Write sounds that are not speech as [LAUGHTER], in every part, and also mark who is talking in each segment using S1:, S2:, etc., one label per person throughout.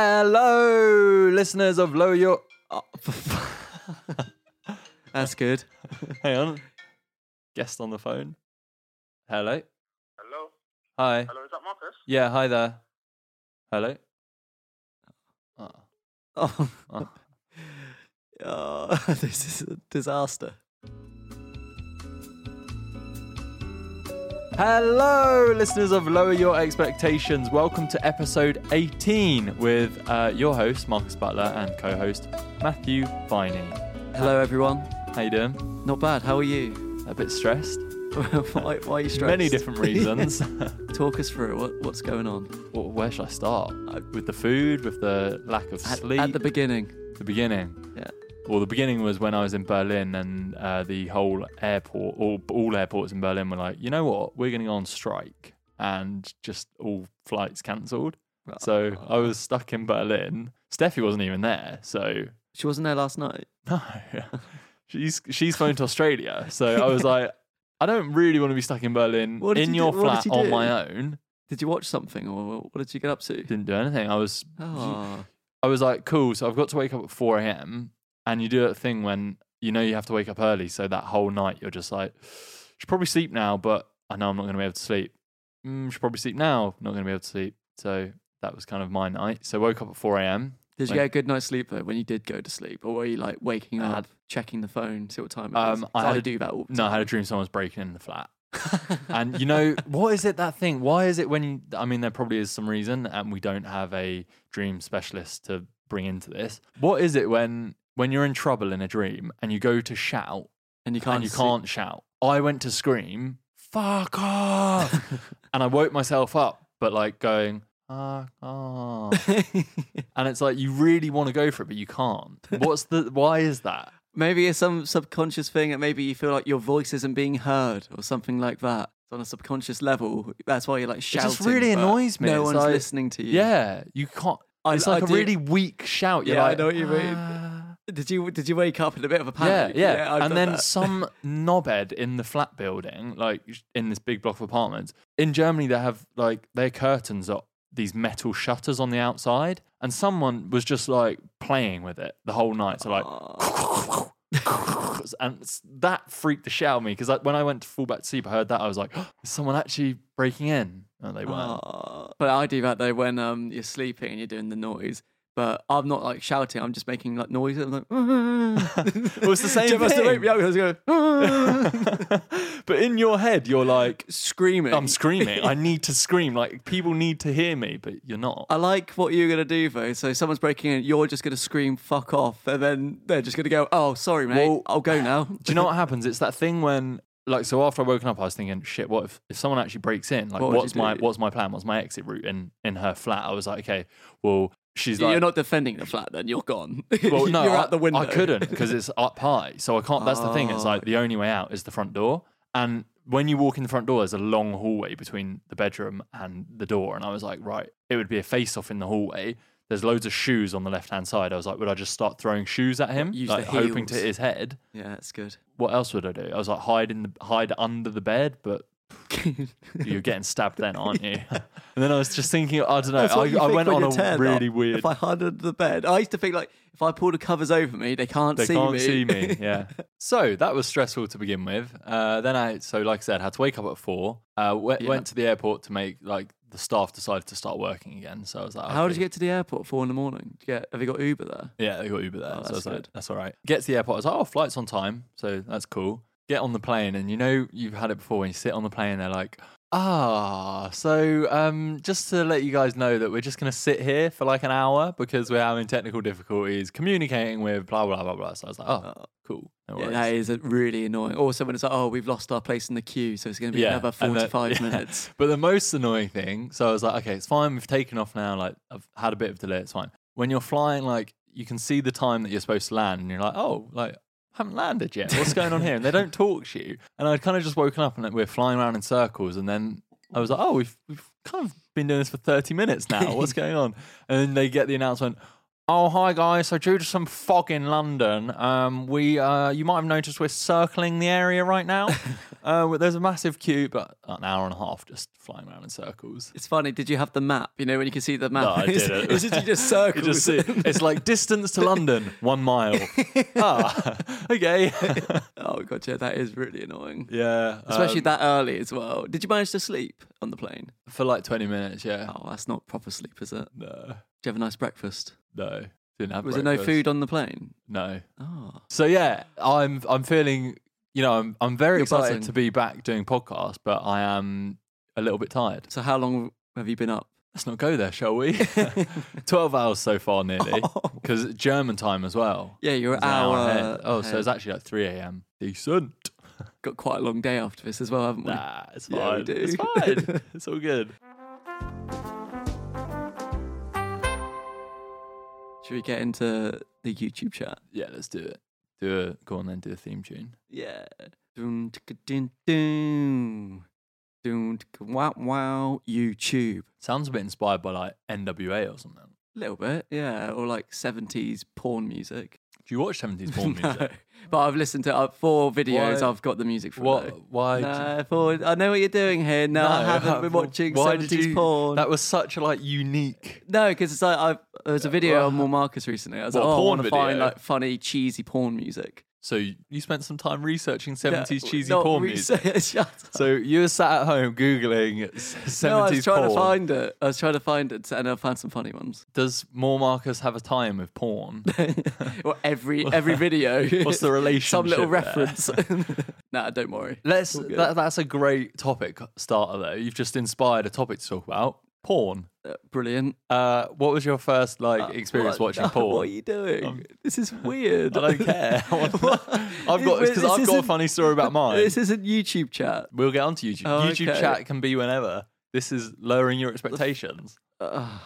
S1: Hello, listeners of Lower Your. Oh, [LAUGHS] That's good.
S2: Hang on. Guest on the phone. Hello.
S3: Hello?
S2: Hi.
S3: Hello, is that Marcus?
S2: Yeah, hi there. Hello.
S1: Oh,
S2: Uh. [LAUGHS] Oh. [LAUGHS]
S1: oh, this is a disaster.
S2: Hello, listeners of Lower Your Expectations. Welcome to episode 18 with uh, your host, Marcus Butler, and co host, Matthew Viney.
S1: Hello, everyone.
S2: How you doing?
S1: Not bad. How are you? [LAUGHS]
S2: A bit stressed?
S1: why, why are you stressed?
S2: Many different
S1: [LAUGHS]
S2: reasons. [LAUGHS]
S1: Talk us through what, what's going on
S2: Well, where should I start? With the food, with the lack of
S1: at,
S2: sleep?
S1: at the beginning.
S2: the beginning.
S1: Yeah.
S2: Well, the beginning was when I was in Berlin, and uh, the whole airport, all, all airports in Berlin, were like, you know what, we're going to go on strike, and just all flights cancelled.
S1: Oh,
S2: So I was stuck in Berlin. Steffi wasn't even there, so [LAUGHS]
S1: She wasn't there last night.
S2: no, she's she's flown to Australia. So I was
S1: [LAUGHS]
S2: like, I don't really want to be stuck in Berlin
S1: What did
S2: in
S1: you
S2: your
S1: do- what did
S2: flat
S1: you
S2: on
S1: do?
S2: my own.
S1: Did you watch something or what did you get up to?
S2: Didn't do anything. I was
S1: Oh,
S2: I was like, cool. So I've got to wake up at 4 a.m. And you do that thing when you know you have to wake up early. So that whole night, you're just like, should probably sleep now, but I know I'm not going to be able to sleep. Mm, should probably sleep now. Not going to be able to sleep. So that was kind of my night. So woke up at 4 a.m.
S1: did you
S2: When-
S1: get a good night's sleep though when you did go to sleep? Or were you like waking
S2: I
S1: up,
S2: had-
S1: checking the phone, see what time it
S2: Um,
S1: is? 'Cause
S2: I had a-
S1: do that all the [LAUGHS]
S2: No, I had a dream someone was breaking in the flat. and you know, what is it that thing? Why is it when you, I mean, there probably is some reason, and we don't have a dream specialist to bring into this. What is it when when you're in trouble in a dream and you go to shout
S1: and you can't
S2: and you
S1: see- [LAUGHS]
S2: can't shout. I went to scream, fuck off.
S1: [LAUGHS]
S2: and I woke myself up, but like going, fuck
S1: [LAUGHS]
S2: off. and it's like, you really want to go for it, but you
S1: [LAUGHS]
S2: can't. What's the, why is that?
S1: Maybe it's some subconscious thing that maybe you feel like your voice isn't being heard or something like that. It's on a subconscious level. That's why you're like
S2: It
S1: shouting.
S2: just really
S1: but
S2: annoys me.
S1: No
S2: It's
S1: one's
S2: like-
S1: listening to you.
S2: Yeah. You can't.
S1: I-
S2: it's like
S1: I
S2: a
S1: do-
S2: really weak shout. You're
S1: Yeah, I
S2: like,
S1: know what you mean.
S2: "Ah."
S1: Did you did you wake up in a bit of a
S2: Yeah,
S1: panic?
S2: yeah.
S1: I've
S2: and
S1: done
S2: then
S1: that.
S2: some knobhead in the flat building, like in this big block of apartments in Germany, they have like their curtains are these metal shutters on the outside, and someone was just like playing with it the whole night. So like,
S1: Ah.
S2: [LAUGHS] and it's- that freaked the shit out of me because when I went to fall back to sleep, I heard that I was like, "Oh, is someone actually breaking in? No, they
S1: Ah.
S2: weren't.
S1: Aw. [LAUGHS] But I do that though when um you're sleeping and you're doing the noise. But I'm not like shouting. I'm just making like noises. I'm like, [LAUGHS]
S2: [LAUGHS]
S1: well,
S2: it's the same
S1: Jeff has to
S2: thing. [LAUGHS]
S1: wake me up. I was going [LAUGHS] "Ah,"
S2: but in your head, you're like,
S1: screaming. [LAUGHS]
S2: I'm [LAUGHS] screaming. I need to scream. Like people need to hear me, but you're not.
S1: I like what you're gonna do though. So someone's breaking in, you're just gonna scream "fuck off," and then they're just gonna go, "Oh, sorry, mate,
S2: Well,
S1: I'll go now."
S2: Do you know what happens? It's that thing when like so after I woken up I was thinking, shit, what if, if someone actually breaks in? Like
S1: What would you
S2: what's my
S1: do?
S2: what's my plan? What's my exit route in in her flat? I was like, okay, well [LAUGHS] she's like
S1: you're not [LAUGHS] defending the flat, then you're gone. [LAUGHS]
S2: well, no,
S1: you're
S2: I,
S1: out the window. Ah.
S2: I couldn't because it's up high. So I can't that's the thing. It's like the only way out is the front door. And when you walk in the front door, there's a long hallway between the bedroom and the door. And I was like, right, it would be a face off in the hallway. There's loads of shoes on the left hand side. I was like, would I just start throwing shoes at him?
S1: Use the
S2: like hoping to
S1: heels.
S2: his head
S1: Yeah, that's good. [LAUGHS]
S2: what else would I do? I was like hide in the hide under the bed, but
S1: [LAUGHS]
S2: you're getting stabbed then, aren't you? [LAUGHS] and then I was just thinking, I don't know.
S1: That's
S2: I,
S1: what you
S2: I
S1: think
S2: went
S1: when
S2: on a
S1: you're turned
S2: really
S1: up.
S2: weird.
S1: If I hide under the bed, I used to think like if I pull the covers over me, they can't
S2: they
S1: see
S2: can't
S1: me.
S2: see
S1: [LAUGHS]
S2: me. Yeah. so that was stressful to begin with. Uh, then I, so like I said, had to wake up at four. Uh, went,
S1: Yeah.
S2: went to the airport to make like the staff decided to start working again. So I was like,
S1: How
S2: okay.
S1: did you get to the airport at four in the morning? Did you get, have you got Uber there?
S2: Yeah, they got Uber there.
S1: Oh,
S2: so I
S1: that's
S2: was like,
S1: good.
S2: that's all right. Get to the airport. I was like, oh, flight's on time. So that's cool. get on the plane and you know you've had it before when you sit on the plane and they're like, ah, so um, just to let you guys know that we're just going to sit here for like an hour because we're having technical difficulties communicating with blah, blah, blah, blah. So I was like, oh, cool. No
S1: Uh, Yeah,
S2: worries.
S1: that is a really annoying. Also, when it's like, oh, we've lost our place in the queue, so it's going to be
S2: Yeah,
S1: another
S2: and [LAUGHS] that-
S1: 45
S2: yeah.
S1: minutes.
S2: But the most annoying thing, so I was like, okay, it's fine. We've taken off now. Like, I've had a bit of delay. It's fine. When you're flying, like, you can see the time that you're supposed to land, and you're like, oh, like, I haven't landed yet. What's going on here? And they don't talk to you. And I'd kind of just woken up and like, we're flying around in circles. And then I was like, oh, we've, we've kind of been doing this for 30 minutes now. What's going [LAUGHS] on? And then they get the announcement. Oh hi guys! So due to some fog in London, um, we uh, you might have noticed we're circling the area right [LAUGHS] now. uh, well, there's a massive queue, but an hour and a half just flying around in circles.
S1: It's funny. Did you have the map? You know, when you can see the
S2: No,
S1: map,
S2: [LAUGHS]
S1: [LAUGHS]
S2: I
S1: it's,
S2: didn't.
S1: it's just you
S2: [LAUGHS]
S1: just
S2: You
S1: circles.
S2: just see- it's like distance to London, one [LAUGHS] mile. ah, [LAUGHS] okay.
S1: [LAUGHS] oh god, yeah, that is really annoying.
S2: yeah,
S1: Especially
S2: um,
S1: that early as well. Did you manage to sleep on the plane?
S2: for like 20 minutes. Yeah.
S1: Oh, that's not proper sleep, is it? Did
S2: No,
S1: you have a nice breakfast?
S2: no, didn't have.
S1: Was there no
S2: breakfast.
S1: food on the plane?
S2: No.
S1: Oh,
S2: So yeah, I'm I'm feeling you know I'm I'm very
S1: You're
S2: excited
S1: buzzing.
S2: to be back doing podcasts, but I am a little bit tired.
S1: so how long have you been up?
S2: Let's not go there, shall
S1: [LAUGHS]
S2: we? [LAUGHS] 12 hours so far, nearly.
S1: Oh.
S2: Because German time as well.
S1: Yeah, you're
S2: It's
S1: an
S2: an
S1: hour.
S2: ahead. Oh, so
S1: ahead.
S2: it's actually like 3 a.m. Decent.
S1: got quite a long day after this as well, haven't we?
S2: Nah, it's fine.
S1: Yeah, we do.
S2: It's
S1: [LAUGHS]
S2: fine. it's all good.
S1: Should we get into the YouTube chat?
S2: Yeah, let's do it. Do it. Go on then, do the theme tune.
S1: Yeah. Doom ticka ding doom. Doom ticka wow wow YouTube.
S2: Sounds a bit inspired by like NWA or something.
S1: A little bit, yeah. Or like 70s porn music.
S2: Do you watch 70s
S1: [LAUGHS]
S2: porn
S1: No.
S2: music?
S1: But I've listened to uh, four videos.
S2: Why-
S1: I've got the music from
S2: What?
S1: though.
S2: Why?
S1: No, porn. I know what you're doing here. No, I haven't been
S2: [LAUGHS]
S1: watching
S2: Why
S1: 70s
S2: did you,
S1: porn.
S2: That was such a like unique.
S1: No, because it's like I've, there was a video
S2: well-
S1: on More Marcus recently. I was
S2: What,
S1: like, oh, I
S2: porn
S1: want to find
S2: video?
S1: like funny, cheesy porn music.
S2: So you you spent some time researching 70s
S1: Yeah,
S2: cheesy
S1: not
S2: porn music.
S1: research- [LAUGHS] Shut up.
S2: So you were sat at home googling s- 70s
S1: No, I was trying
S2: porn.
S1: to find it. I was trying to find it, and I found some funny ones.
S2: Does more Marcus have a tie-in with
S1: [LAUGHS]
S2: porn?
S1: Well,
S2: [LAUGHS]
S1: every every video.
S2: What's the
S1: [LAUGHS] Some
S2: relationship?
S1: little
S2: there?
S1: reference. [LAUGHS] nah, don't worry.
S2: Let's. That, that's a great topic starter, though. You've just inspired a topic to talk about porn.
S1: Uh, Brilliant.
S2: Uh, what was your first like experience
S1: Uh, [LAUGHS] What-
S2: watching
S1: no,
S2: porn? Um,
S1: What are you doing? this is weird.
S2: [LAUGHS] I
S1: [LAUGHS]
S2: don't [LAUGHS] care. I wanna- I've got
S1: This
S2: because I've got a
S1: isn't-
S2: funny story about mine.
S1: This isn't YouTube chat.
S2: We'll get onto YouTube.
S1: Oh,
S2: YouTube
S1: okay.
S2: chat can be whenever. This is lowering your expectations.
S1: Ugh.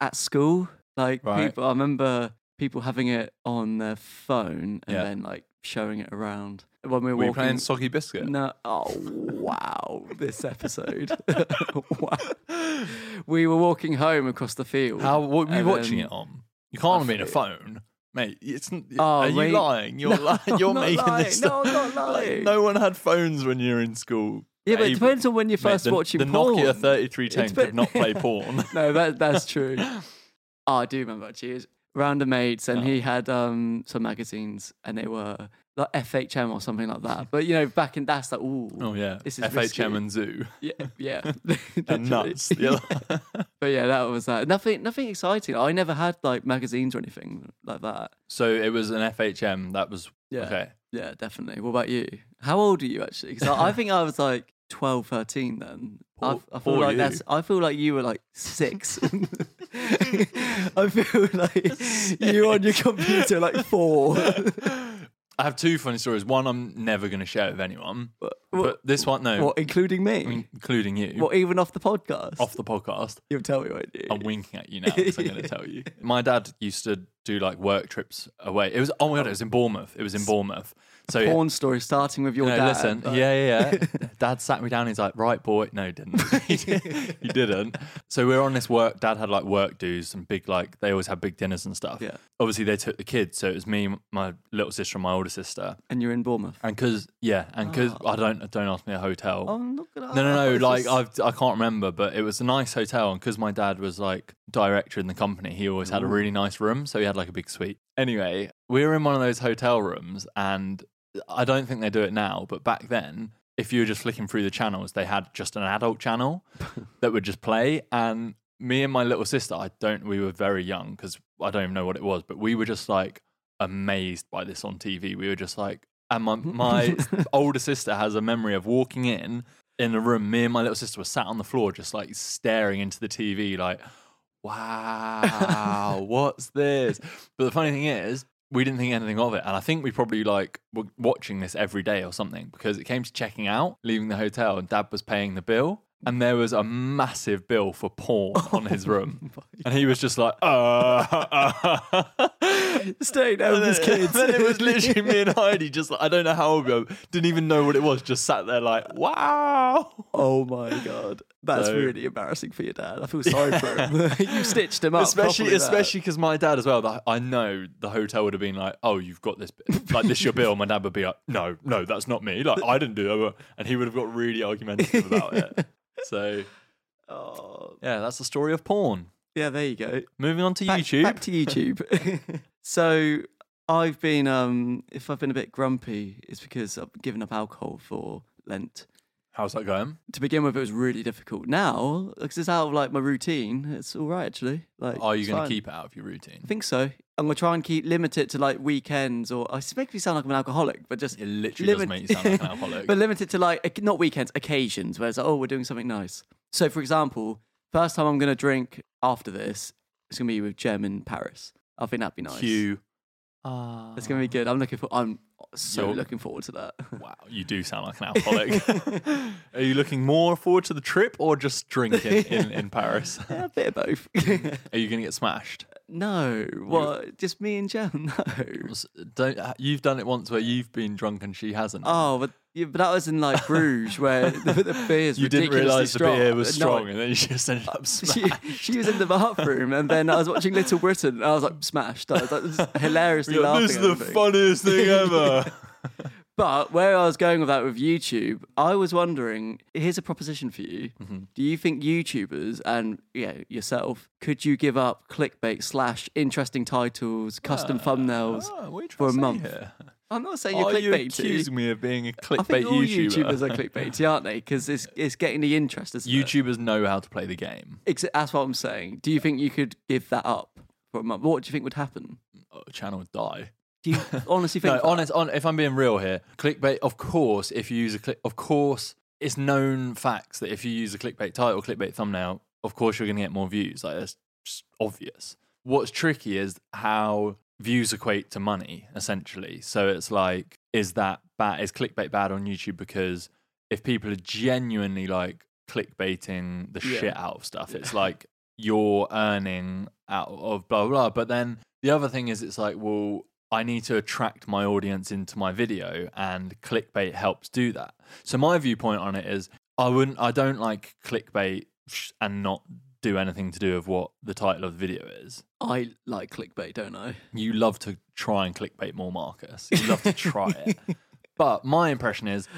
S1: at school, like
S2: Right.
S1: people, I remember people having it on their phone and
S2: Yeah.
S1: then like showing it around when we were,
S2: Were you
S1: walking.
S2: playing Soggy Biscuit?
S1: No. Oh, wow.
S2: [LAUGHS]
S1: This episode. [LAUGHS] wow. We were walking home across the field.
S2: How? What were you
S1: and
S2: watching
S1: then-
S2: it on? You can't have been a phone, mate. It's. n-
S1: Um, Oh,
S2: are you
S1: wait.
S2: lying? You're
S1: [LAUGHS] No,
S2: lying. You're
S1: I'm not
S2: making this.
S1: lying. No,
S2: stuff-
S1: I'm
S2: [LAUGHS]
S1: not
S2: Like,
S1: lying.
S2: no one had phones when you were in school.
S1: Yeah, but it
S2: Able-
S1: depends on when you're
S2: Mate,
S1: first
S2: the,
S1: watching
S2: the
S1: porn.
S2: Nokia 3310
S1: It's-
S2: could not
S1: [LAUGHS]
S2: play porn.
S1: No, that
S2: [LAUGHS]
S1: that's true. oh, I do remember. Actually, it was round of mates, and
S2: Ah.
S1: he had um some magazines, and they were like FHM or something like that. But you know, back in that's like, ooh,
S2: Oh yeah,
S1: This is
S2: FHM
S1: risky.
S2: and Zoo
S1: yeah,
S2: [LAUGHS]
S1: yeah, [LAUGHS]
S2: and
S1: literally.
S2: nuts.
S1: [LAUGHS]
S2: Yeah.
S1: But yeah, that was that. Nothing, nothing exciting. I never had like magazines or anything like that.
S2: [LAUGHS] so it was an FHM that was
S1: Yeah.
S2: okay.
S1: Yeah, definitely. What about you? How old are you actually? Because I, I think I was like 12, 13 then.
S2: Poor-
S1: I, I feel
S2: poor
S1: like
S2: you.
S1: that's. I feel like you were like
S2: [LAUGHS]
S1: six. [LAUGHS] I feel like you on your computer like
S2: [LAUGHS]
S1: four.
S2: I have two funny stories. One I'm never going to share with anyone, but
S1: what,
S2: this one no,
S1: what, including me?
S2: including you,
S1: what, even off the podcast?
S2: off the podcast.
S1: You'll tell me, won't you?
S2: I'm winking at you now because I'm
S1: [LAUGHS]
S2: going to tell you. My dad used to do like work trips away. It was oh my god, it was in Bournemouth. It was in Bournemouth. So yeah,
S1: Porn story starting with your
S2: No,
S1: dad.
S2: listen,
S1: but-
S2: yeah, yeah,
S1: [LAUGHS]
S2: yeah. dad sat me down. He's like, right, boy. No, he didn't. he did- he didn't. So we were on this work. Dad had like work dues and big, like, they always have big dinners and stuff.
S1: Yeah.
S2: Obviously, they took the kids. So it was me, my little sister, and my older sister.
S1: And you're in Bournemouth.
S2: And because, yeah, and because I don't, don't ask me a hotel.
S1: I'm not gonna.
S2: No, no,
S1: Oh. It's
S2: no. Like
S1: just-
S2: I've, I can't remember, but it was a nice hotel, and because my dad was like director in the company, he always had a
S1: Mm.
S2: really nice room, so he had like a big suite. Anyway, we were in one of those hotel rooms, and I don't think they do it now, but back then, if you were just flicking through the channels, they had just an adult channel that would just play, and me and my little sister, I don't. We were very young because I don't even know what it was, but we were just like amazed by this on TV. We were just like, And my, my older sister has a memory of walking in in a room. Me and my little sister were sat on the floor, just like staring into the TV, like, wow, what's this? But the funny thing is, we didn't think anything of it. And I think we probably like were watching this every day or something because it came to checking out, leaving the hotel, and dad was paying the bill. And there was a massive bill for porn on his room. And he was just like, [LAUGHS] uh, uh.
S1: Staying down with his kids.
S2: Then [LAUGHS] it was literally me and Heidi, just like, I don't know how old we were, didn't even know what it was, just sat there like, wow.
S1: Oh my god, that's
S2: So-
S1: really embarrassing for your dad. I feel sorry
S2: [LAUGHS]
S1: for him. you stitched him up,
S2: especially
S1: properly there.
S2: especially because my dad as well. that I know the hotel would have been like, "Oh, you've got this, bit- like this your bill." My dad would be like, "No, no, that's not me. Like I didn't do that," and he would have got really argumentative about it.
S1: [LAUGHS]
S2: So
S1: Oh,
S2: yeah, that's the story of porn.
S1: yeah, there you go.
S2: Moving on to
S1: Back-
S2: YouTube.
S1: Back to YouTube. [LAUGHS] so I've been, um, if I've been a bit grumpy, it's because I've given up alcohol for Lent.
S2: How's that going?
S1: To begin with, it was really difficult. Now, because it's out of like my routine, it's all right actually. Like,
S2: Are you
S1: going
S2: going to keep it out of your routine?
S1: I think so. I'm gonna try and keep limit it to like weekends or I make me sound like I'm an alcoholic, but just
S2: It literally does make you sound
S1: [LAUGHS]
S2: like an alcoholic.
S1: but limit it to like oc- not weekends, occasions where it's like, oh, we're doing something nice. So, for example, first time I'm gonna drink after this, it's gonna be with Gem in Paris. I think that'd be nice.
S2: Q.
S1: It's gonna be good. I'm looking for. I'm so
S2: Yo.
S1: looking forward
S2: [LAUGHS]
S1: to that.
S2: Wow, you do sound like an alcoholic.
S1: [LAUGHS]
S2: Are you looking more forward to the trip or just drinking in,
S1: [LAUGHS]
S2: in Paris?
S1: Yeah, a bit of both. [LAUGHS]
S2: Are you going to get smashed?
S1: no, what? Just me and Gem? [LAUGHS] No.
S2: Was- Don't uh, you've done it once where you've been drunk and she hasn't. [LAUGHS]
S1: Oh, but yeah, but that was in like Bruges where [LAUGHS] the, the beer's
S2: you didn't
S1: ridiculously
S2: realise the beer was
S1: No,
S2: strong, Uh, and then you just ended [LAUGHS] up
S1: [LAUGHS] she,
S2: smashing.
S1: she was in the bathroom, and then I was watching Little Britain, and I was like smashed. I was like, just hilariously laughing.
S2: this is
S1: at
S2: the
S1: everything.
S2: funniest [LAUGHS] thing ever.
S1: But where I was going with that with YouTube, I was wondering. Here's a proposition for you.
S2: Mm-hmm.
S1: Do you think YouTubers and yeah yourself could you give up clickbait slash interesting titles, custom thumbnails?
S2: Oh, what are you trying to
S1: For a
S2: say [LAUGHS]
S1: month.
S2: here?
S1: I'm not saying you're
S2: Are you
S1: clickbaity.
S2: accusing me of being a clickbait
S1: I think all
S2: YouTuber? [LAUGHS]
S1: YouTubers are clickbaity, aren't they? Because it's it's getting the interest. Isn't it?
S2: YouTubers know how to play the game.
S1: Ex- That's what I'm saying. Do you think you could give that up for a month? What do you think would happen?
S2: Oh, channel would die.
S1: Do [LAUGHS] you honestly think?
S2: No, honest, on, if I'm being real here, clickbait. Of course, if you use a click, of course, it's known facts that if you use a clickbait title, clickbait thumbnail, of course you're going to get more views. Like that's just obvious. What's tricky is how views equate to money, essentially. So it's like, is that bad? Is clickbait bad on YouTube? Because if people are genuinely like clickbaiting the
S1: Yeah.
S2: shit out of stuff, it's like you're earning out of blah, blah blah. But then the other thing is, it's like, well, I need to attract my audience into my video, and clickbait helps do that. So my viewpoint on it is, I wouldn't, I don't like clickbait sh- and not do anything to do with what the title of the video is.
S1: I like clickbait, don't I?
S2: You love to try and clickbait more, Marcus. You love to try it. But my impression is,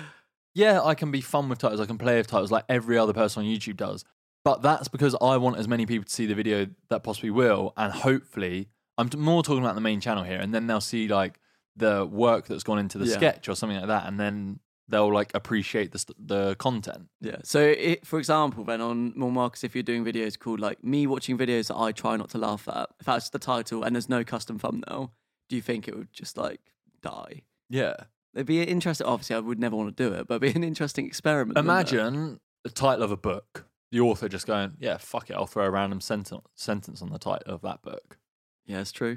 S2: yeah, I can be fun with titles. I can play with titles like every other person on YouTube does. But that's because I want as many people to see the video that possibly will, and hopefully, I'm t- more talking about the main channel here, and then they'll see like the work that's gone into the
S1: Yeah.
S2: sketch or something like that, and then they'll like appreciate the st- the content.
S1: Yeah. So, it, for example, then on More Marcus, if you're doing videos called like me watching videos that I try not to laugh at, if that's the title and there's no custom thumbnail, do you think it would just like die?
S2: Yeah.
S1: It'd be an interesting. Obviously, I would never want to do it, but it'd be an interesting experiment. wouldn't it?
S2: Imagine the title of a book. The author just going, yeah, fuck it, I'll throw a random sentence sentence on the title of that book.
S1: Yeah, it's true.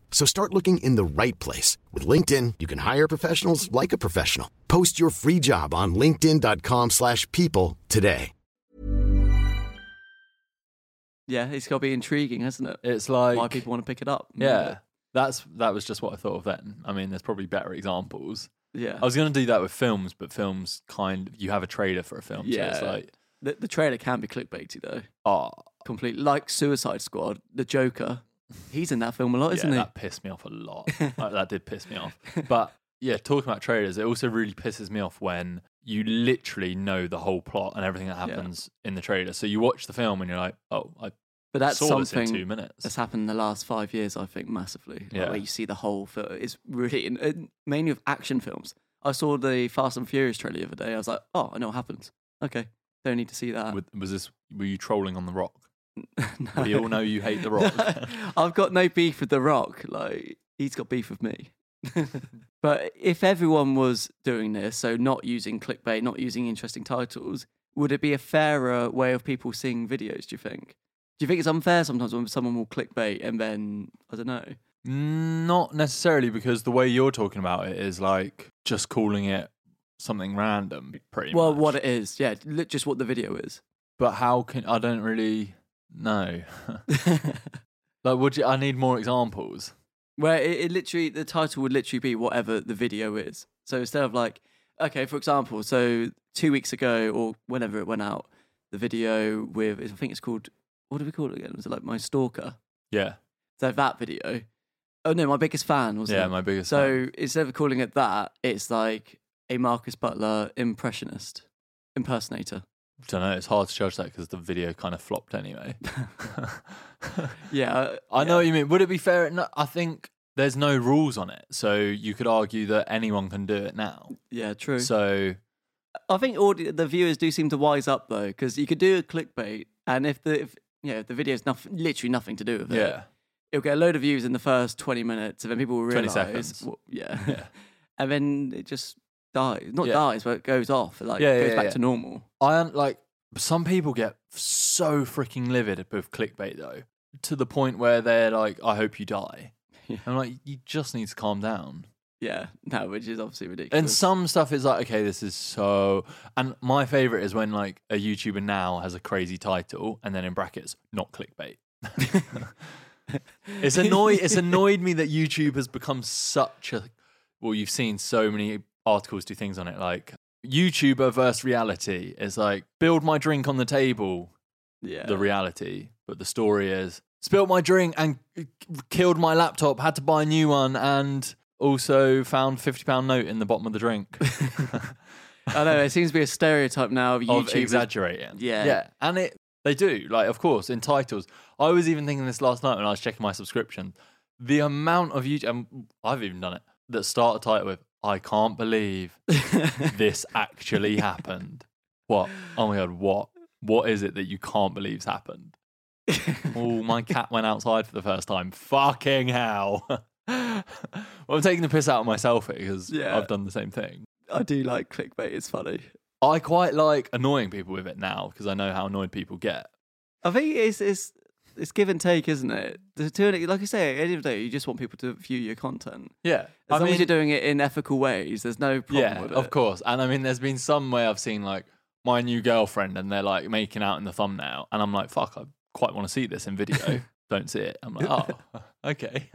S4: So start looking in the right place. With LinkedIn, you can hire professionals like a professional. Post your free job on linkedin.com slash people today.
S1: Yeah, it's got to be intriguing, hasn't it?
S2: It's like
S1: Why people want to pick it up.
S2: Yeah. That's that was just what I thought of then. I mean, there's probably better examples.
S1: Yeah.
S2: I was gonna do that with films, but films kind you have a trailer for a film. So it's
S1: Yeah.
S2: like
S1: The, the trailer can be clickbaity, though.
S2: oh
S1: Complete. Like Suicide Squad, the Joker. He's in that film a lot,
S2: yeah,
S1: isn't
S2: that pissed me off a
S1: [LAUGHS]
S2: lot. Like, that did piss me off. But yeah, talking about trailers, it also really pisses me off when you literally know the whole plot and everything that happens in the trailer. So you watch the film and you're like, oh, I
S1: he? But that's
S2: saw this in
S1: something
S2: two minutes.
S1: that's happened in the last five years, I think, massively. Like,
S2: Yeah.
S1: where you see the whole film. It's really, and, and mainly with action films. I saw the Fast and Furious trailer the other day. I was like, oh, I know what happens. Okay. Don't need to see that.
S2: With- was this? Were you trolling on the Rock?
S1: [LAUGHS] No.
S2: We all know you
S1: [LAUGHS]
S2: hate The Rock.
S1: I've got no beef with The Rock. Like he's got beef with me. [LAUGHS] but if everyone was doing this, so not using clickbait, not using interesting titles, would it be a fairer way of people seeing videos? Do you think? Do you think it's unfair sometimes when someone will clickbait and then I don't know?
S2: Not necessarily, because the way you're talking about it is like just calling it something random, pretty
S1: well,
S2: much.
S1: what it is, yeah, li- just what the video is. [LAUGHS]
S2: But how can I don't really know? [LAUGHS] like, would you? I need more examples.
S1: Where it, it literally, the title would literally be whatever the video is. So instead of like, okay, for example, so two weeks ago or whenever it went out, the video with, I think it's called, what do we call it again? Was it like My Stalker?
S2: Yeah,
S1: So that video. Oh no, My Biggest Fan was
S2: Yeah, My Biggest
S1: So instead of calling it that, it's like a Marcus Butler impressionist, impersonator.
S2: don't know. It's hard to judge that because the video kind of flopped
S1: [LAUGHS]
S2: anyway. [LAUGHS]
S1: Yeah. uh,
S2: I know what you mean. Would it be fair? No, I think there's no rules on it, so you could argue that anyone can do it now.
S1: Yeah, true.
S2: So
S1: I think audi the viewers do seem to wise up though, because you could do a clickbait, and if the if, you know if the video's nothing, literally nothing to do with it,
S2: yeah,
S1: it'll get a load of views in the first twenty minutes, and then people will
S2: 20
S1: realize,
S2: seconds.
S1: Well, yeah.
S2: [LAUGHS] Yeah.
S1: and then it just dies, not
S2: Yeah.
S1: dies, but it goes off, like
S2: Yeah,
S1: goes
S2: yeah,
S1: back
S2: yeah.
S1: to normal.
S2: I un- like some people get so freaking livid with clickbait though, to the point where they're like, "I hope you die."
S1: Yeah.
S2: I'm like, you just need to calm down.
S1: Yeah, [LAUGHS] no, which is obviously ridiculous.
S2: And
S1: [LAUGHS]
S2: some stuff is like, okay, this is so. And my favorite is when like a YouTuber now has a crazy title and then in brackets, not clickbait. it's annoyed.
S1: [LAUGHS]
S2: It's annoyed me that YouTube has become such a. Well, you've seen so many articles do things on it, like YouTuber versus reality. It's like build my drink on the table,
S1: yeah,
S2: the reality, but the story is spilled my drink and killed my laptop. Had to buy a new one and. Also found fifty pound note in the bottom of the [LAUGHS] drink.
S1: I know. It seems to be a stereotype now of
S2: of
S1: YouTube.
S2: exaggerating.
S1: Yeah.
S2: yeah, and it they do like of course in titles. I was even thinking this last night when I was checking my subscription. The amount of YouTube, and I've even done it that start a title with "I can't believe this actually happened." What? Oh my god! What? What is it that you can't believe's happened? oh, my cat went outside for the first time. Fucking hell! [LAUGHS] well, I'm taking the piss out of myself here because
S1: Yeah.
S2: I've done the same thing.
S1: [LAUGHS] I do like clickbait. It's funny.
S2: I quite like annoying people with it now because I know how annoyed people get.
S1: I think it's it's it's give and take, isn't it? The two, like I say, at the end of the day, you just want people to view your content.
S2: Yeah,
S1: As long as you're doing it in ethical ways, there's no problem
S2: yeah,
S1: with it.
S2: of course. And I mean, there's been some way I've seen like my new girlfriend, and they're like making out in the thumbnail, and I'm like, fuck, I quite want to see this in [LAUGHS] video. Don't see it. I'm like, oh, [LAUGHS] okay.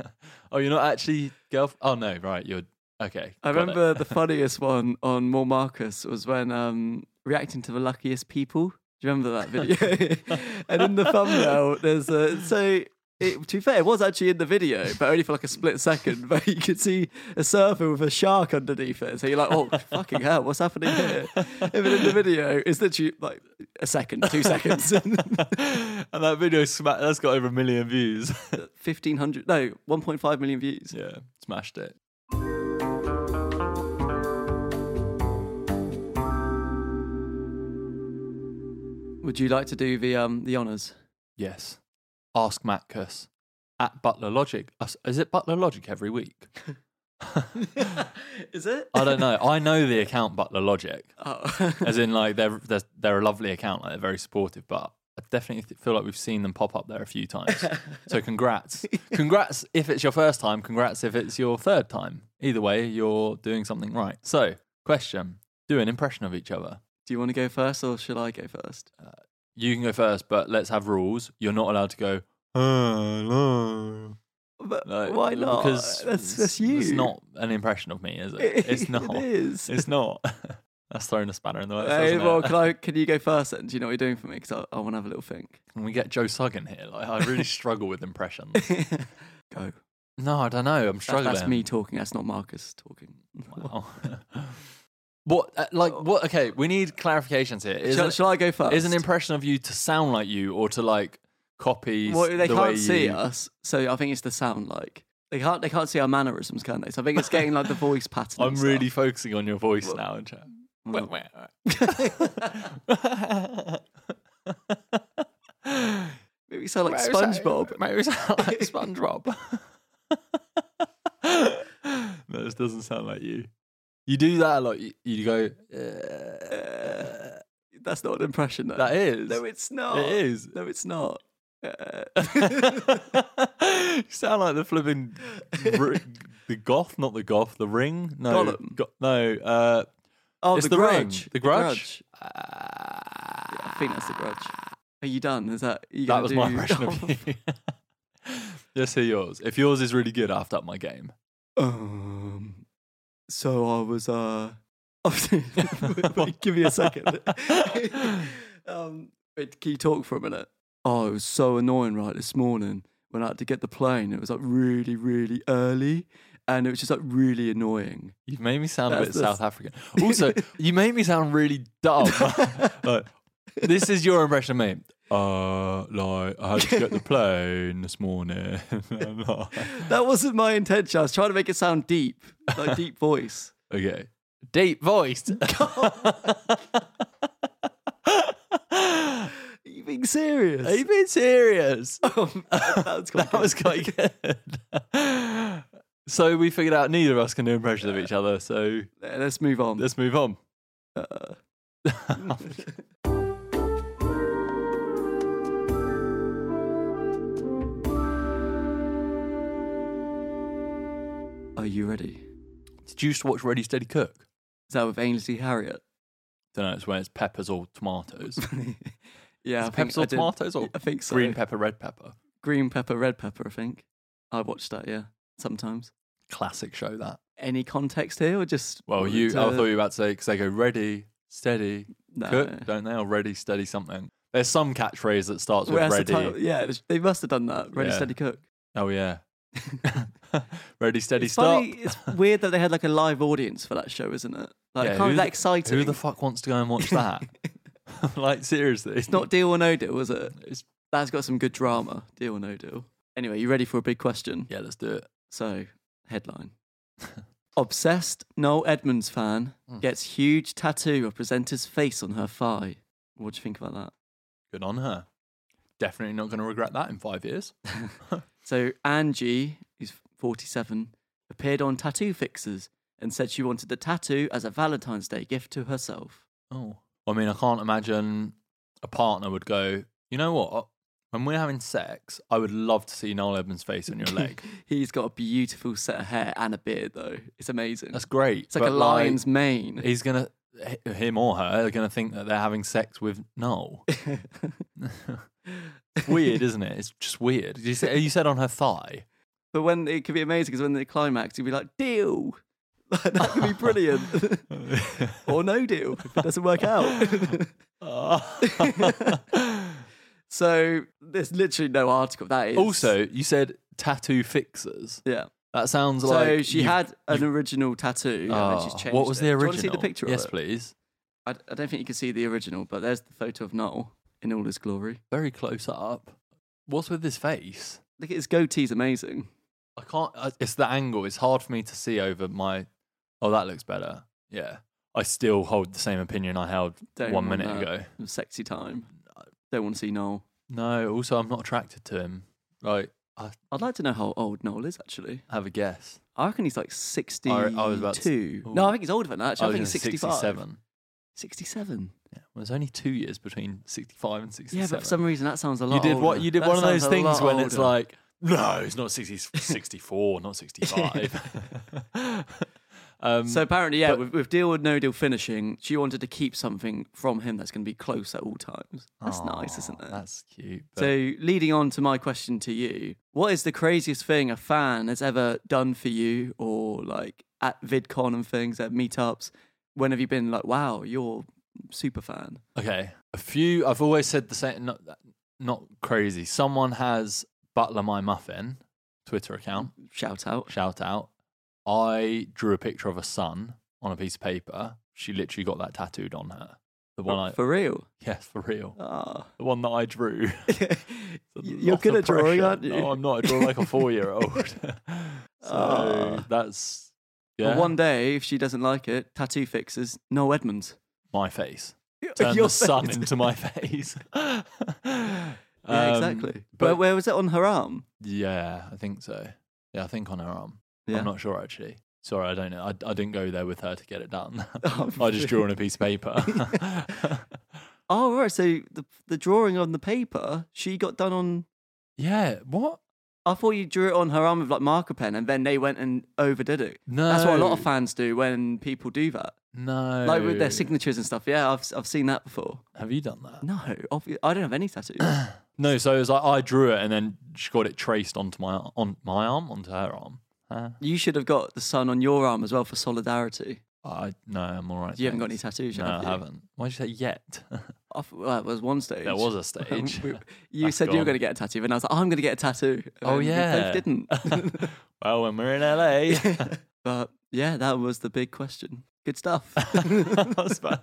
S2: Oh, you're not actually girl. Oh no, right, you're okay.
S1: I
S2: got it. [LAUGHS]
S1: remember the funniest one on More Marcus was when um, reacting to the luckiest people. Do you remember that video? [LAUGHS] and in the thumbnail, there's a so. It, to be fair, it was actually in the video, but only for like a split second. [LAUGHS] But you could see a surfer with a shark underneath it. So you're like, oh, fucking hell, what's happening here? Even in the video, it's literally like a second, two seconds. [LAUGHS]
S2: and that video sma- that's got over a million views. [LAUGHS]
S1: 1,500, no, 1.5 million views.
S2: yeah, smashed it.
S1: Would you like to do the um the honors?
S2: Yes. Ask Matt Cuss at Butler Logic. Us- Is it Butler Logic every week?
S1: Is it?
S2: I don't know. I know the account Butler Logic,
S1: [LAUGHS] Oh.
S2: as in like they're they're, they're a lovely account, like they're very supportive. But I definitely th- feel like we've seen them pop up there a few
S1: [LAUGHS]
S2: times. so congrats, congrats if it's your first time. Congrats if it's your third time. Either way, you're doing something right. So question: Do an impression of each other.
S1: do you want to go first or shall I go first?
S2: You can go first, but let's have rules. You're not allowed to go. Hello.
S1: But
S2: No,
S1: why not?
S2: Because it's-
S1: that's, that's you.
S2: It's
S1: [LAUGHS]
S2: not an impression of me, is it? It's not.
S1: it is.
S2: It's not. [LAUGHS] That's throwing a spanner in the works.
S1: Hey,
S2: doesn't
S1: well,
S2: it?
S1: can, [LAUGHS] I, can you go first then? Do you know what you're doing for me? Because I, I want to have a little [LAUGHS] think.
S2: Can we get Joe Suggan here? Like, I really struggle with impressions.
S1: Go.
S2: No, I don't know. I'm
S1: That's,
S2: struggling.
S1: that's me talking. That's not Marcus talking. [LAUGHS]
S2: Wow. [LAUGHS] what? Uh, like what? Okay, we need clarifications here. Is
S1: shall,
S2: an,
S1: shall I go first?
S2: is an impression of you to sound like you or to like copy? s-
S1: Well, they
S2: the way
S1: can't see
S2: you-
S1: us, so I think it's the sound like. They can't, they can't see our mannerisms, can they? So I think it's getting like the [LAUGHS] voice pattern.
S2: I'm
S1: and
S2: really
S1: stuff.
S2: focusing on your voice now, and chat.
S1: Well,
S2: [LAUGHS]
S1: Maybe we sound [LAUGHS] like SpongeBob.
S2: Maybe
S1: [LAUGHS]
S2: sound like SpongeBob. [LAUGHS] no, this doesn't sound like you. You do that a lot. You, you go. Uh,
S1: [LAUGHS] That's not an impression, though.
S2: that is.
S1: No, it's not.
S2: It is. [LAUGHS]
S1: No, it's not. Uh,
S2: you sound like the flipping ri- the goth, not the goth, the ring. No,
S1: Gollum.
S2: go- no. Uh,
S1: oh,
S2: it's
S1: the,
S2: the,
S1: grudge.
S2: ring. The grudge. Ah.
S1: Yeah, I think that's the grudge. Are you done? Is that you
S2: That
S1: gonna
S2: was my
S1: do-
S2: impression of you. [LAUGHS] Let's hear yours. If yours is really good, I have to up my game.
S1: [LAUGHS] Um, so I was uh, [LAUGHS]
S2: [LAUGHS]
S1: wait, give me a second. [LAUGHS] um, wait, can you talk for a minute? Oh, it was so annoying. Right this morning when I had to get the plane, it was like really, really early, and it was just like really annoying.
S2: You've made me sound a
S1: That's
S2: bit
S1: the-
S2: South African.
S1: [LAUGHS]
S2: Also, you made me sound really dumb. [LAUGHS] Like, this is your impression of me. Uh, like I had to get the plane this morning. [LAUGHS]
S1: That wasn't my intention. I was trying to make it sound deep,
S2: [LAUGHS]
S1: like deep voice.
S2: okay, deep [LAUGHS]
S1: [LAUGHS]
S2: voiced. Are
S1: Are you being serious?
S2: you being
S1: [LAUGHS]
S2: serious?
S1: Oh,
S2: [LAUGHS]
S1: that was quite
S2: that was
S1: good.
S2: quite good. [LAUGHS] so we figured out neither of us can do impressions of each other. So
S1: Yeah, Let's move on.
S2: let's move on.
S1: Are you ready?
S2: Did you used to watch Ready Steady Cook?
S1: Is that with Ainsley Harriott? [LAUGHS]
S2: Don't know. It's when it's peppers or tomatoes.
S1: Yeah,
S2: Is
S1: I
S2: it
S1: think
S2: peppers
S1: I
S2: or
S1: did-
S2: tomatoes or
S1: I think so.
S2: green pepper, red pepper?
S1: green pepper, red pepper. I think I watched that. Yeah, sometimes.
S2: Classic show that.
S1: Any context here, or just
S2: Well, you. I
S1: Uh,
S2: thought you were about to say because they go ready, steady,
S1: No.
S2: cook, don't they? Or ready, steady something. There's some catchphrase that starts with
S1: Where's the
S2: ready.
S1: title? Yeah, it- they must have done that. Ready,
S2: Yeah.
S1: steady, cook.
S2: Oh yeah.
S1: [LAUGHS]
S2: ready, steady,
S1: it's
S2: stop.
S1: funny. It's weird that they had like a live audience for that show, isn't it? Like,
S2: Yeah,
S1: kind
S2: who
S1: of
S2: the-
S1: that exciting.
S2: Who the fuck wants to go and watch
S1: [LAUGHS]
S2: that? [LAUGHS] like seriously,
S1: it's not deal or no deal, was it?
S2: It's-
S1: That's got some good drama. Deal or no deal. Anyway, you ready for a big question?
S2: yeah, let's do it.
S1: So,
S2: [LAUGHS]
S1: headline. Obsessed Noel Edmonds fan
S2: Hmm.
S1: gets huge tattoo of presenter's face on her thigh. What do you think about that?
S2: Good on her. Definitely not going to regret that in five years. [LAUGHS]
S1: So Angie, who's 47, appeared on Tattoo Fixers and said she wanted the tattoo as a Valentine's Day gift to herself.
S2: Oh, I mean, I can't imagine a partner would go. You know what? When we're having sex, I would love to see Noel Edmonds' face on your leg.
S1: [LAUGHS] He's got a beautiful set of hair and a beard, though. It's amazing.
S2: That's great.
S1: it's like
S2: but,
S1: a lion's mane.
S2: He's gonna h- him or her are gonna think that they're having sex with Noel.
S1: [LAUGHS]
S2: It's weird, isn't it? It's just weird. You said you said on her thigh.
S1: [LAUGHS] but when it could be amazing because when they climax, you'd be like, deal. [LAUGHS]
S2: [LAUGHS]
S1: that would be brilliant. or no deal if it doesn't
S2: [LAUGHS]
S1: work out. so there's literally no article. That is.
S2: also, you said tattoo fixers.
S1: yeah.
S2: That sounds
S1: So
S2: like
S1: she
S2: you've-
S1: had an original tattoo. and then she's
S2: Oh,
S1: changed
S2: what was
S1: it.
S2: the
S1: Do you
S2: original?
S1: want to see the picture
S2: Yes,
S1: of it?
S2: please.
S1: I, I don't think you can see the original, but there's the photo of Noel in all his glory.
S2: Very close up. What's with his face?
S1: Look at his goatee's amazing.
S2: I can't. I- It's the angle. It's hard for me to see over my. Oh, that looks better. Yeah. I still hold the same opinion I held
S1: Don't
S2: one
S1: want
S2: minute
S1: that.
S2: ago.
S1: Sexy time. Don't want to see Noel.
S2: No, also I'm not attracted to him. Like, I
S1: I'd like to know how old Noel is actually.
S2: have a guess.
S1: I reckon he's like 62.
S2: about to-
S1: no, I think he's older than that. Actually, I,
S2: was
S1: think
S2: gonna
S1: he's
S2: say
S1: 65.
S2: 67.
S1: 67.
S2: Yeah. Well, there's only two years between 65 and 67.
S1: Yeah, but for some reason that sounds a lot.
S2: you did what
S1: older.
S2: you did
S1: That
S2: one of
S1: sounds
S2: those
S1: a
S2: things
S1: lot
S2: when it's
S1: older. [LAUGHS]
S2: like, no, it's not 60, 64, not 65. [LAUGHS] um,
S1: So apparently, yeah,
S2: but-
S1: with, with deal or no deal finishing, she wanted to keep something from him that's going to be close at all times. That's nice,
S2: aw,
S1: isn't it?
S2: That's cute. but-
S1: So, leading on to my question to you, what is the craziest thing a fan has ever done for you, or like at VidCon and things, at meetups? When have you been like, wow, you're super fan?
S2: Okay. A few. I've always said the same. Not, not crazy. Someone has Butler My Muffin Twitter account.
S1: Shout out.
S2: Shout out. I drew a picture of a sun on a piece of paper. She literally got that tattooed on her. The one [LAUGHS] I.
S1: Oh, For real.
S2: yes, for real.
S1: Ah.
S2: The one that I drew.
S1: [LAUGHS]
S2: [LAUGHS]
S1: You're
S2: Lot
S1: good
S2: of
S1: at drawing,
S2: pressure.
S1: aren't you?
S2: No, I'm not. I draw like a
S1: [LAUGHS]
S2: four year old. [LAUGHS] so
S1: Ah.
S2: that's.
S1: But
S2: Yeah.
S1: one day, if she doesn't like it, tattoo fixes Noel Edmonds.
S2: my face.
S1: [LAUGHS]
S2: Turn
S1: Your
S2: the sun [LAUGHS]
S1: face.
S2: into my face.
S1: [LAUGHS]
S2: yeah,
S1: Yeah, exactly. But where,
S2: But
S1: where was it on her arm?
S2: yeah, I think so. Yeah, I think on her arm.
S1: Yeah.
S2: I'm not sure actually. Sorry, I don't know. I, I didn't go there with her to get it done.
S1: [LAUGHS] Oh,
S2: [LAUGHS] I just drew on a piece of
S1: [LAUGHS]
S2: paper.
S1: Oh, right. So the the drawing on the paper, she got done on.
S2: [LAUGHS] yeah, what?
S1: I thought you drew it on her arm with like marker pen, and then they went and overdid it. that's what a lot of
S2: No.
S1: fans do when people do that,
S2: No.
S1: like with their signatures and stuff. Yeah, I've I've seen that before.
S2: Have you done that?
S1: No, obvi- I don't have
S2: [CLEARS THROAT]
S1: any tattoos. oh,
S2: No, so it was like I drew it and then she got it traced onto my on my arm, onto her arm. Uh,
S1: you should have got the sun on your arm as well for solidarity.
S2: I no, I'm all right.
S1: You haven't got any
S2: thanks.
S1: tattoos,
S2: No,
S1: have
S2: I
S1: you? Oh,
S2: haven't. Why'd you say yet? [LAUGHS]
S1: I thought, well, that was one stage.
S2: There
S1: Um,
S2: was a stage. [LAUGHS]
S1: We- you
S2: That's
S1: said you were
S2: gone.
S1: going to get a tattoo, and I was like, "Oh, I'm going to get a tattoo. And
S2: oh
S1: then we
S2: yeah,
S1: both
S2: [LAUGHS]
S1: didn't.
S2: well, when we're in
S1: [LAUGHS]
S2: LA,
S1: but yeah, that was the big question. Good
S2: [LAUGHS]
S1: stuff.
S2: That's bad.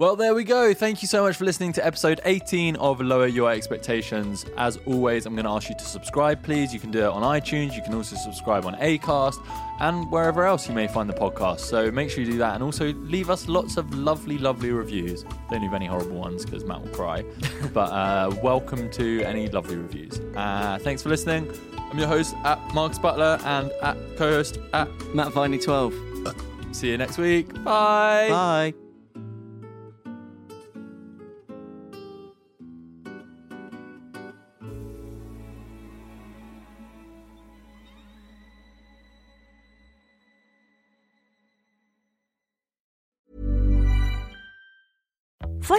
S2: Well, there we go. Thank you so much for listening to episode 18 of Lower Your Expectations. As always, I'm going to ask you to subscribe, please. You can do it on iTunes. You can also subscribe on Acast and wherever else you may find the podcast. So make sure you do that. And also leave us lots of lovely, lovely reviews. Don't leave any horrible ones because Matt will cry. but uh, welcome to any lovely reviews. Uh, thanks for listening. I'm your host at Marcus Butler and at co host at.
S1: Matt Viney 12.
S2: See you next week. Bye.
S1: Bye.